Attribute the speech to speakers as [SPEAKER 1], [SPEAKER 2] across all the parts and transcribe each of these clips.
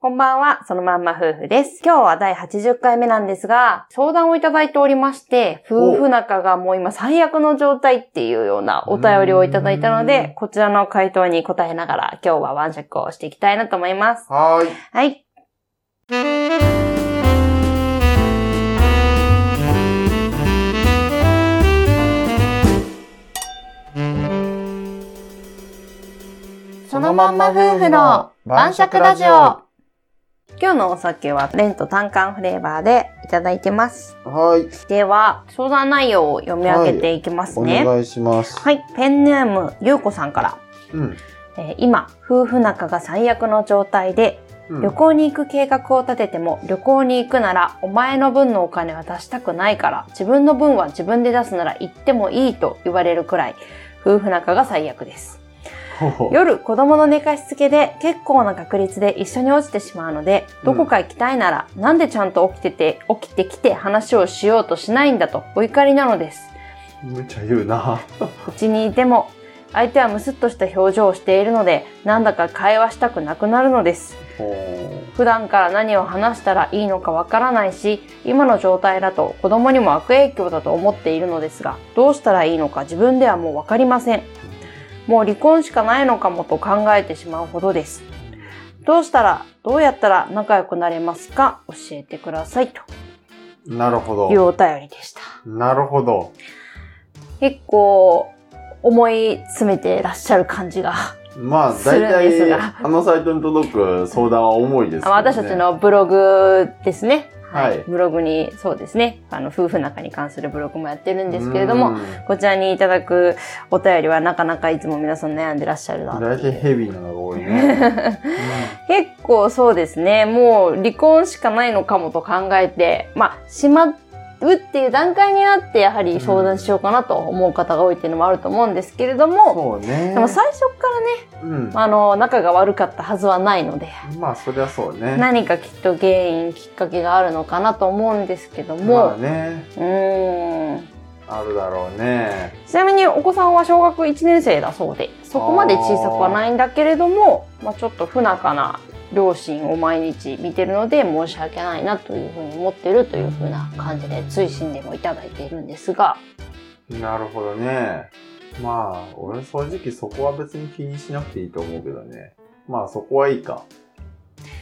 [SPEAKER 1] こんばんは、そのまんま夫婦です。今日は第80回目なんですが、相談をいただいておりまして、夫婦仲がもう今最悪の状態っていうようなお便りをいただいたの
[SPEAKER 2] うん
[SPEAKER 1] で、こちらの回答に答えながら今日はワンシャックをしていきたいなと思います。
[SPEAKER 2] はーい。
[SPEAKER 1] はい。そのまんま夫婦の晩酌ラジオ。今日のお酒はレント単管フレーバーでいただいてます。
[SPEAKER 2] はい。
[SPEAKER 1] では、相談内容を読み上げていきます
[SPEAKER 2] お
[SPEAKER 1] ね。はい、
[SPEAKER 2] 願いします。
[SPEAKER 1] ペンネーム、ゆうこさんから。
[SPEAKER 2] うん。
[SPEAKER 1] えー今、夫婦仲が最悪の状態で、
[SPEAKER 2] うん
[SPEAKER 1] 旅行に行く計画を立てても、旅行に行くなら、お前の分のお金は出したくないから、自分の分は自分で出すなら行ってもいいと言われるくらい、夫婦仲が最悪です。
[SPEAKER 2] ほほ
[SPEAKER 1] 夜、子供の寝かしつけで結構な確率で一緒に落ちてしまうので、どこか行きたいなら、なんでちゃんと起きてて、起きてきて話をしようとしないんだとお怒りなのです。
[SPEAKER 2] むちゃ言うな。
[SPEAKER 1] うちにいても、相手はムスッとした表情をしているので、なんだか会話したくなくなるのです。
[SPEAKER 2] ほ
[SPEAKER 1] 普段から何を話したらいいのかわからないし、今の状態だと子供にも悪影響だと思っているのですが、どうしたらいいのか自分ではもうわかりません。もう離婚しかないのかもと考えてしまうほどです。どうしたら、どうやったら仲良くなれますか教えてくださいと
[SPEAKER 2] うなるほ
[SPEAKER 1] いう
[SPEAKER 2] ど。
[SPEAKER 1] お便りでした。
[SPEAKER 2] なるほど。
[SPEAKER 1] 結構、思い詰めてらっしゃる感じが、
[SPEAKER 2] まあ、
[SPEAKER 1] する
[SPEAKER 2] 大
[SPEAKER 1] んです
[SPEAKER 2] 体、
[SPEAKER 1] が
[SPEAKER 2] あのサイトに届く相談は重いです、
[SPEAKER 1] あ
[SPEAKER 2] ね。
[SPEAKER 1] 私たち。のブログですね。
[SPEAKER 2] はい
[SPEAKER 1] ブログに、そうですね。あの、夫婦仲に関するブログもやってるんですけれども、。こちらにいただくお便りはなかなかいつも皆さん悩んでらっしゃるな
[SPEAKER 2] 大
[SPEAKER 1] ってい
[SPEAKER 2] 体
[SPEAKER 1] う
[SPEAKER 2] ヘビーなのが多いね。
[SPEAKER 1] 結構そうですね。もう離婚しかないのかもと考えて、まあ、しまうっていう段階になって、やはり相談しようかなと思う方が多いっていうのもあると思うんですけれど
[SPEAKER 2] うん
[SPEAKER 1] も、
[SPEAKER 2] そうね。
[SPEAKER 1] でも最初からね、
[SPEAKER 2] うん。
[SPEAKER 1] あの、仲が悪かったはずはないので、
[SPEAKER 2] まあ、そりゃそうね。
[SPEAKER 1] 何かきっと原因、きっかけがあるのかなと思うんですけど
[SPEAKER 2] ま
[SPEAKER 1] も、
[SPEAKER 2] あね。
[SPEAKER 1] うーん。
[SPEAKER 2] あるだろうね。
[SPEAKER 1] ちなみにお子さんは小学1年生だそうで、そこまで小さくはないんだけれども、まあ、ちょっと不仲な両親を毎日見てるので申し訳ないなというふうに思ってるというふうな感じで追伸でもいただいているんですが、
[SPEAKER 2] なるほどね。まあ、俺正直そこは別に気にしなくていいと思うけどね。まあそこはいいか。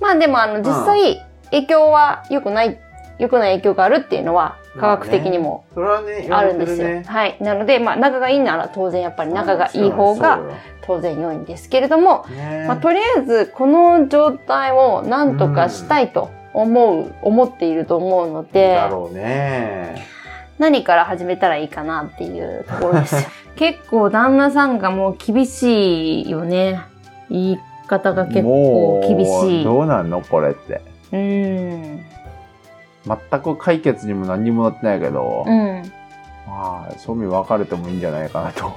[SPEAKER 1] まあでもあの実際影響は良くない、良くない影響があるっていうのは科学的にも
[SPEAKER 2] それはね、言
[SPEAKER 1] あ
[SPEAKER 2] われ
[SPEAKER 1] るん
[SPEAKER 2] て
[SPEAKER 1] で
[SPEAKER 2] る
[SPEAKER 1] すよ。
[SPEAKER 2] ね。
[SPEAKER 1] はい。なので、まあ仲がいいなら当然やっぱり仲がいい方
[SPEAKER 2] そう
[SPEAKER 1] が
[SPEAKER 2] よ
[SPEAKER 1] 当然良いんですけれども、
[SPEAKER 2] ね
[SPEAKER 1] まあ、とりあえずこの状態をなんとかしたいと思う、思っていると思うので
[SPEAKER 2] だろうね。
[SPEAKER 1] 何から始めたらいいかなっていうところですよ結構旦那さんがもう厳しいよね言い方が結構厳しいう
[SPEAKER 2] なんのこれって。
[SPEAKER 1] うん
[SPEAKER 2] 全く解決にも何にもなってないけど
[SPEAKER 1] うん
[SPEAKER 2] まあ、庶民分かれてもいいんじゃないかなと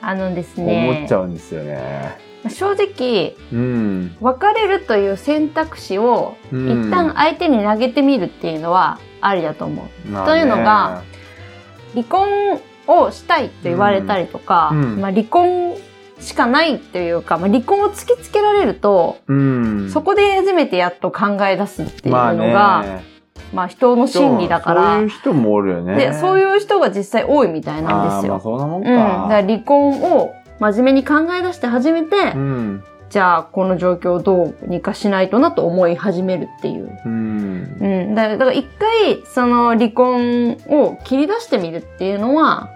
[SPEAKER 1] あのですね
[SPEAKER 2] ゃうんですよね。
[SPEAKER 1] 正直
[SPEAKER 2] うん。
[SPEAKER 1] 別れるという選択肢を
[SPEAKER 2] うん
[SPEAKER 1] 一旦相手に投げてみるっていうのはありだと思うというのが、離婚をしたいと言われたりとか、
[SPEAKER 2] うんうん
[SPEAKER 1] まあ、離婚しかないというか、まあ、離婚を突きつけられると、
[SPEAKER 2] うん、
[SPEAKER 1] そこで初めてやっと考え出すっていうのが、
[SPEAKER 2] まあ
[SPEAKER 1] まあ
[SPEAKER 2] ね
[SPEAKER 1] 人の心理だか
[SPEAKER 2] そうそうい
[SPEAKER 1] ら
[SPEAKER 2] う人もおるよね。
[SPEAKER 1] でそういう人が実際多いみたいなんです
[SPEAKER 2] あーまあ
[SPEAKER 1] よ。
[SPEAKER 2] そんなもん
[SPEAKER 1] うん、だから
[SPEAKER 2] か。
[SPEAKER 1] 離婚を真面目に考え出して初めて、
[SPEAKER 2] うん。
[SPEAKER 1] じゃあこの状況をどうにかしないとなと思い始めるっていう。
[SPEAKER 2] うん。
[SPEAKER 1] うん、だだから一回その離婚を切り出してみるっていうのは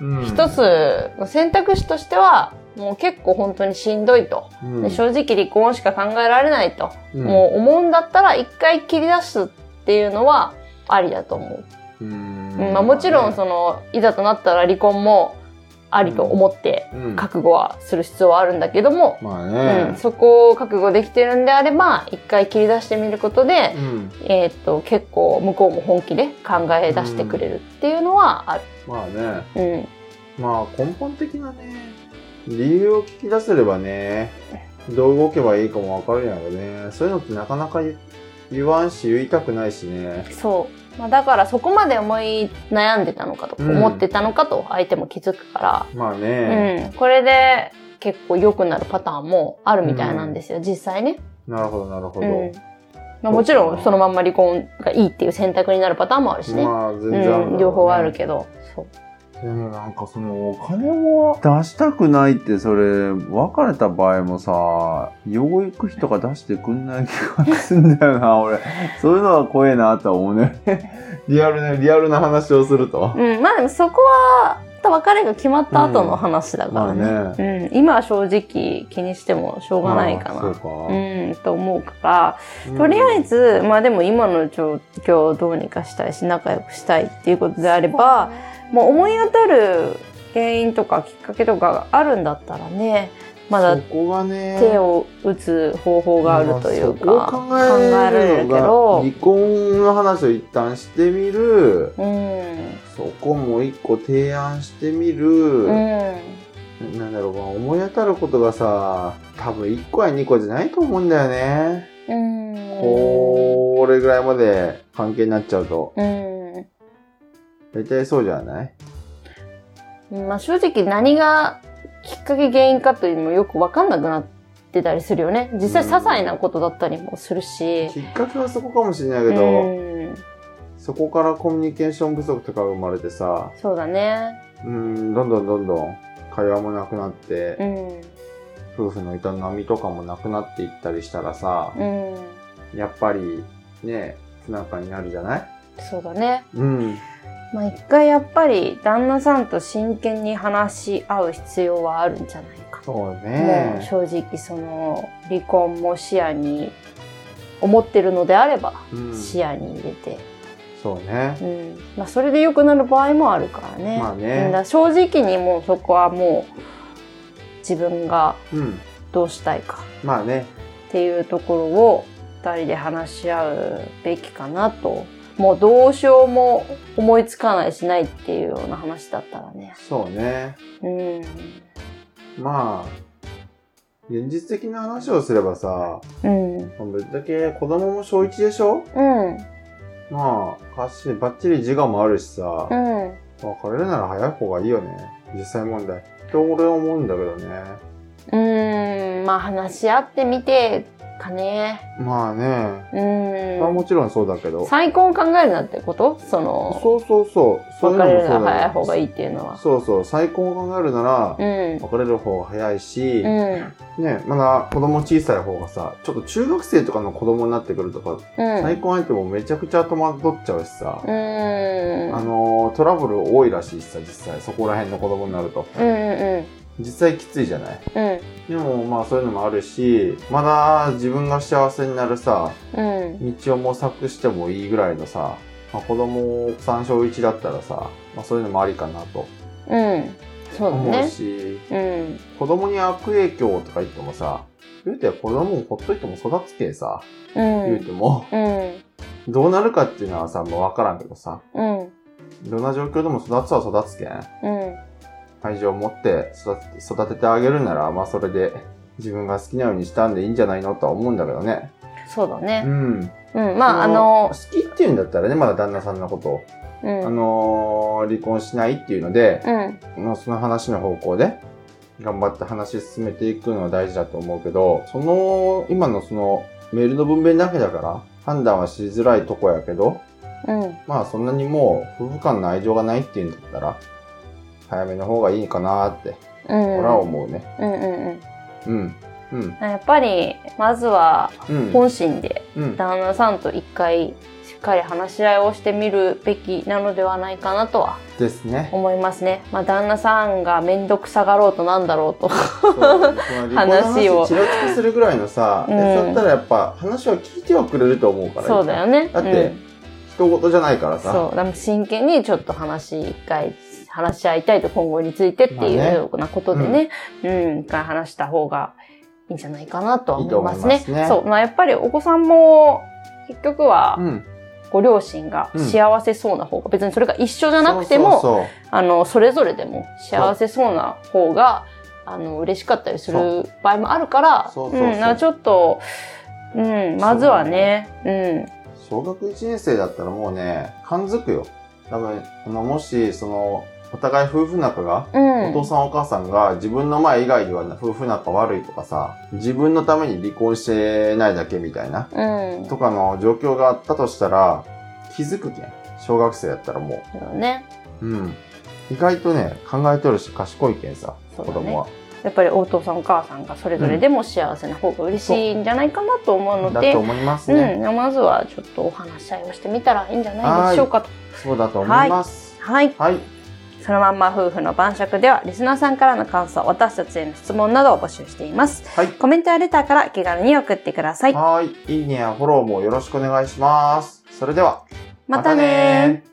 [SPEAKER 2] うん
[SPEAKER 1] 一、つ選択肢としてはもう結構本当にしんどいと、
[SPEAKER 2] うん
[SPEAKER 1] で正直離婚しか考えられないと、
[SPEAKER 2] うん
[SPEAKER 1] もう思うんだったら一回切り出すっていうのはありだと思う、
[SPEAKER 2] うん
[SPEAKER 1] うんまあ、もちろんそのいざとなったら離婚もありと思って
[SPEAKER 2] うん
[SPEAKER 1] 覚悟はする必要はあるんだけども、
[SPEAKER 2] まあ
[SPEAKER 1] うん、
[SPEAKER 2] ね。
[SPEAKER 1] そこを覚悟できてるんであれば一回切り出してみることで、
[SPEAKER 2] うん。
[SPEAKER 1] えーっと結構向こうも本気で考え出してくれるっていうのはある。
[SPEAKER 2] まあね。
[SPEAKER 1] うん
[SPEAKER 2] まあ根本的なね、理由を聞き出せればね、どう動けばいいかもわかるんやろね。そういうのってなかなか言言わんし、言いたくないしね。
[SPEAKER 1] そう、まあ、だからそこまで思い悩んでたのかとか
[SPEAKER 2] うん
[SPEAKER 1] 思ってたのかと相手も気づくか
[SPEAKER 2] まあ
[SPEAKER 1] ら、
[SPEAKER 2] ね。
[SPEAKER 1] うんこれで結構良くなるパターンもあるみたいなんですよ、実際ね。
[SPEAKER 2] なるほど、なるほ
[SPEAKER 1] う
[SPEAKER 2] ど。
[SPEAKER 1] んまあ、もちろんそのまんま離婚がいいっていう選択になるパターンもあるしね、
[SPEAKER 2] まあ、全然あるだろうね
[SPEAKER 1] うん、両方あるけどそう
[SPEAKER 2] でもなんかそのお金も出したくないってそれ別れた場合もさ養育費とか出してくんない気がすんだよな俺そういうのは怖えなとは思うね リアルねリアルな話をすると
[SPEAKER 1] うん、まあでもそこは別れが決まった後の話だからね,、
[SPEAKER 2] まあね
[SPEAKER 1] うん今は正直気にしてもしょうがないか
[SPEAKER 2] そ
[SPEAKER 1] な
[SPEAKER 2] うか、
[SPEAKER 1] うんと思うから
[SPEAKER 2] うん
[SPEAKER 1] とりあえず、まあでも今の状況をどうにかしたいし仲良くしたいっていうことであればもう思い当たる原因とかきっかけとかがあるんだったらねまだ
[SPEAKER 2] そこがね
[SPEAKER 1] 手を打つ方法があるという
[SPEAKER 2] ま
[SPEAKER 1] か
[SPEAKER 2] あそこを
[SPEAKER 1] 考
[SPEAKER 2] 考え
[SPEAKER 1] えられ
[SPEAKER 2] る
[SPEAKER 1] る
[SPEAKER 2] の
[SPEAKER 1] け
[SPEAKER 2] が
[SPEAKER 1] ど
[SPEAKER 2] 離婚の話を一旦してみる
[SPEAKER 1] うん
[SPEAKER 2] そこも一個提案してみる、
[SPEAKER 1] うん
[SPEAKER 2] なんだろう、まあ思い当たることがさ、多分1個や2個じゃないと思うんだよね。
[SPEAKER 1] うん
[SPEAKER 2] これぐらいまで関係になっちゃうと。
[SPEAKER 1] うん
[SPEAKER 2] 大体そうじゃない
[SPEAKER 1] まあ、正直何がきっかけ原因かというのもよく分かんなくなってたりするよね実際
[SPEAKER 2] う
[SPEAKER 1] 些
[SPEAKER 2] ん
[SPEAKER 1] 細なことだったりもするし、
[SPEAKER 2] きっかけはそこかもしれないけ
[SPEAKER 1] う
[SPEAKER 2] ど、
[SPEAKER 1] ん、
[SPEAKER 2] そこからコミュニケーション不足とかが生まれてさ、
[SPEAKER 1] そうだね
[SPEAKER 2] うん、どんどんどんどん会話もなくなって、
[SPEAKER 1] うん
[SPEAKER 2] 夫婦の営みとかもなくなっていったりしたらさ、
[SPEAKER 1] うん
[SPEAKER 2] やっぱりね、不仲になるじゃない
[SPEAKER 1] そうだね
[SPEAKER 2] うん。
[SPEAKER 1] まあ一回やっぱり旦那さんと真剣に話し合う必要はあるんじゃないか
[SPEAKER 2] そう
[SPEAKER 1] もう
[SPEAKER 2] ね。
[SPEAKER 1] 正直その離婚も視野に思ってるのであれば
[SPEAKER 2] うん、
[SPEAKER 1] 視野に入れて、
[SPEAKER 2] そうね。
[SPEAKER 1] うんまあ、それで良くなる場合もあるからね,、
[SPEAKER 2] まあ
[SPEAKER 1] うんだか
[SPEAKER 2] ね。
[SPEAKER 1] ら正直にもうそこはもう自分が
[SPEAKER 2] うん。
[SPEAKER 1] どうしたいか
[SPEAKER 2] まあね。
[SPEAKER 1] っていうところを2人で話し合うべきかなともうどうしようも思いつかないしないっていうような話だったらね
[SPEAKER 2] そうね。
[SPEAKER 1] うん
[SPEAKER 2] まあ、現実的な話をすればさ、
[SPEAKER 1] うん
[SPEAKER 2] ぶっちゃけ子供も小1でしょ
[SPEAKER 1] うん
[SPEAKER 2] まあ、かっしりバッチリ自我もあるしさ、
[SPEAKER 1] う
[SPEAKER 2] まあ、
[SPEAKER 1] ん
[SPEAKER 2] これなら早い方がいいよね。実際問題。って俺は思うんだけど
[SPEAKER 1] う
[SPEAKER 2] ね。
[SPEAKER 1] んまあ話し合ってみてかね
[SPEAKER 2] まあね、
[SPEAKER 1] う
[SPEAKER 2] まあも
[SPEAKER 1] ん
[SPEAKER 2] ちろんそうだけど。
[SPEAKER 1] 再婚を考えるなってことその
[SPEAKER 2] そうそうそう。そういう
[SPEAKER 1] 別
[SPEAKER 2] のも
[SPEAKER 1] れるのが
[SPEAKER 2] そうだ
[SPEAKER 1] 早い方がい
[SPEAKER 2] い。
[SPEAKER 1] いっていうのは
[SPEAKER 2] そうそう、再婚を考えるなら、
[SPEAKER 1] うん
[SPEAKER 2] 別れる方が早いし、
[SPEAKER 1] うん
[SPEAKER 2] ね、まだ子供小さい方がさ、ちょっと中学生とかの子供になってくるとか、
[SPEAKER 1] うん
[SPEAKER 2] 再婚相手もめちゃくちゃ戸惑っちゃうしさ
[SPEAKER 1] う、ーん
[SPEAKER 2] あのートラブル多いらしいしさ実際そこら辺の子供になると
[SPEAKER 1] うんうん
[SPEAKER 2] 実際きついじゃない
[SPEAKER 1] うん
[SPEAKER 2] でもまあそういうのもあるしまだ自分が幸せになるさ
[SPEAKER 1] うん
[SPEAKER 2] 道を模索してもいいぐらいのさ、まあ、子供三小一だったらさ、まあ、そういうのもありかなと
[SPEAKER 1] うんそうだ
[SPEAKER 2] 思う
[SPEAKER 1] ね
[SPEAKER 2] し、
[SPEAKER 1] うん
[SPEAKER 2] 子供に悪影響とか言ってもさ言うて子供をほっといても育つけさ、
[SPEAKER 1] う
[SPEAKER 2] 言うんても
[SPEAKER 1] うん
[SPEAKER 2] どうなるかっていうのはさもう分からんけどさ
[SPEAKER 1] うん
[SPEAKER 2] どんな状況でも育つは育つけん
[SPEAKER 1] うん
[SPEAKER 2] 愛情を持って育て育ててあげるなら、まあそれで自分が好きなようにしたんでいいんじゃないのとは思うんだけどね。
[SPEAKER 1] そうだ
[SPEAKER 2] う
[SPEAKER 1] ね
[SPEAKER 2] ん。
[SPEAKER 1] うんまああ
[SPEAKER 2] そ
[SPEAKER 1] の
[SPEAKER 2] 好きっていうんだったらね、まだ旦那さんのことを、
[SPEAKER 1] う
[SPEAKER 2] あ
[SPEAKER 1] ん
[SPEAKER 2] のー離婚しないっていうので、
[SPEAKER 1] うん
[SPEAKER 2] まあその話の方向で、頑張って話進めていくのは大事だと思うけど、その、今のその、メールの文面だけだから、判断はしづらいとこやけど、
[SPEAKER 1] うん
[SPEAKER 2] まあそんなにもう、夫婦間の愛情がないっていうんだったら、早めの方がいいかなーって、
[SPEAKER 1] うん
[SPEAKER 2] 俺は思うね。
[SPEAKER 1] うんうんうん
[SPEAKER 2] うん。うん。
[SPEAKER 1] やっぱりまずは
[SPEAKER 2] うん。
[SPEAKER 1] 本心で
[SPEAKER 2] うん。
[SPEAKER 1] 旦那さんと一回しっかり話し合いをしてみるべきなのではないかなとは
[SPEAKER 2] です ね。
[SPEAKER 1] 思いますね。まあ旦那さんが面倒くさがろうとなんだろうと。
[SPEAKER 2] そうその離
[SPEAKER 1] 話
[SPEAKER 2] 婚の
[SPEAKER 1] を
[SPEAKER 2] ちらつきするぐらいのさ、
[SPEAKER 1] うん
[SPEAKER 2] えだったらやっぱ話は聞いてはくれると思うから。
[SPEAKER 1] そうだよね。
[SPEAKER 2] だって
[SPEAKER 1] うん
[SPEAKER 2] 人事じゃないからさ。
[SPEAKER 1] そう、でも真剣にちょっと話、一回話し合いたいと今後についてって
[SPEAKER 2] まあ
[SPEAKER 1] い
[SPEAKER 2] ね
[SPEAKER 1] うようなことでね、うん、一回話した方がいいんじゃないかなとは思いますね。
[SPEAKER 2] いいと思いますね
[SPEAKER 1] そう、まあやっぱりお子さんも、結局は
[SPEAKER 2] う、ん。
[SPEAKER 1] ご両親が幸せそうな方が、別にそれが一緒じゃなくても、
[SPEAKER 2] そうそう
[SPEAKER 1] あの、それぞれでも幸せそうな方が、あの、嬉しかったりする場合もあるから、
[SPEAKER 2] そうそうそう
[SPEAKER 1] うん、だからちょっと、うん、まずはね、う
[SPEAKER 2] そう小学1年生だったらもうね、感づくよ。多分、あの、もし、その、お互い夫婦仲が、
[SPEAKER 1] うん。
[SPEAKER 2] お父さんお母さんが自分の前以外では夫婦仲悪いとかさ、自分のために離婚してないだけみたいな、
[SPEAKER 1] うん。
[SPEAKER 2] とかの状況があったとしたら、気づくけん。小学生やったらも
[SPEAKER 1] そうだね。
[SPEAKER 2] う。うん。意外とね、考えとるし賢いけんさ、
[SPEAKER 1] そ
[SPEAKER 2] 子
[SPEAKER 1] うだね
[SPEAKER 2] 供は。
[SPEAKER 1] やっぱりお父さんお母さんがそれぞれでも幸せな方が嬉しいんじゃないかなと思うの
[SPEAKER 2] だ
[SPEAKER 1] で、
[SPEAKER 2] と思いますね。
[SPEAKER 1] うん、まずはちょっとお話し合いをしてみたらいいんじゃないでしょうかと。
[SPEAKER 2] そうだと思います。
[SPEAKER 1] はい。
[SPEAKER 2] はい。
[SPEAKER 1] そのまんま夫婦の晩酌では、リスナーさんからの感想、私たちへの質問などを募集しています。
[SPEAKER 2] はい
[SPEAKER 1] コメントやレターから気軽に送ってください。
[SPEAKER 2] はい。いいねやフォローもよろしくお願いします。それでは、
[SPEAKER 1] またねー。
[SPEAKER 2] ー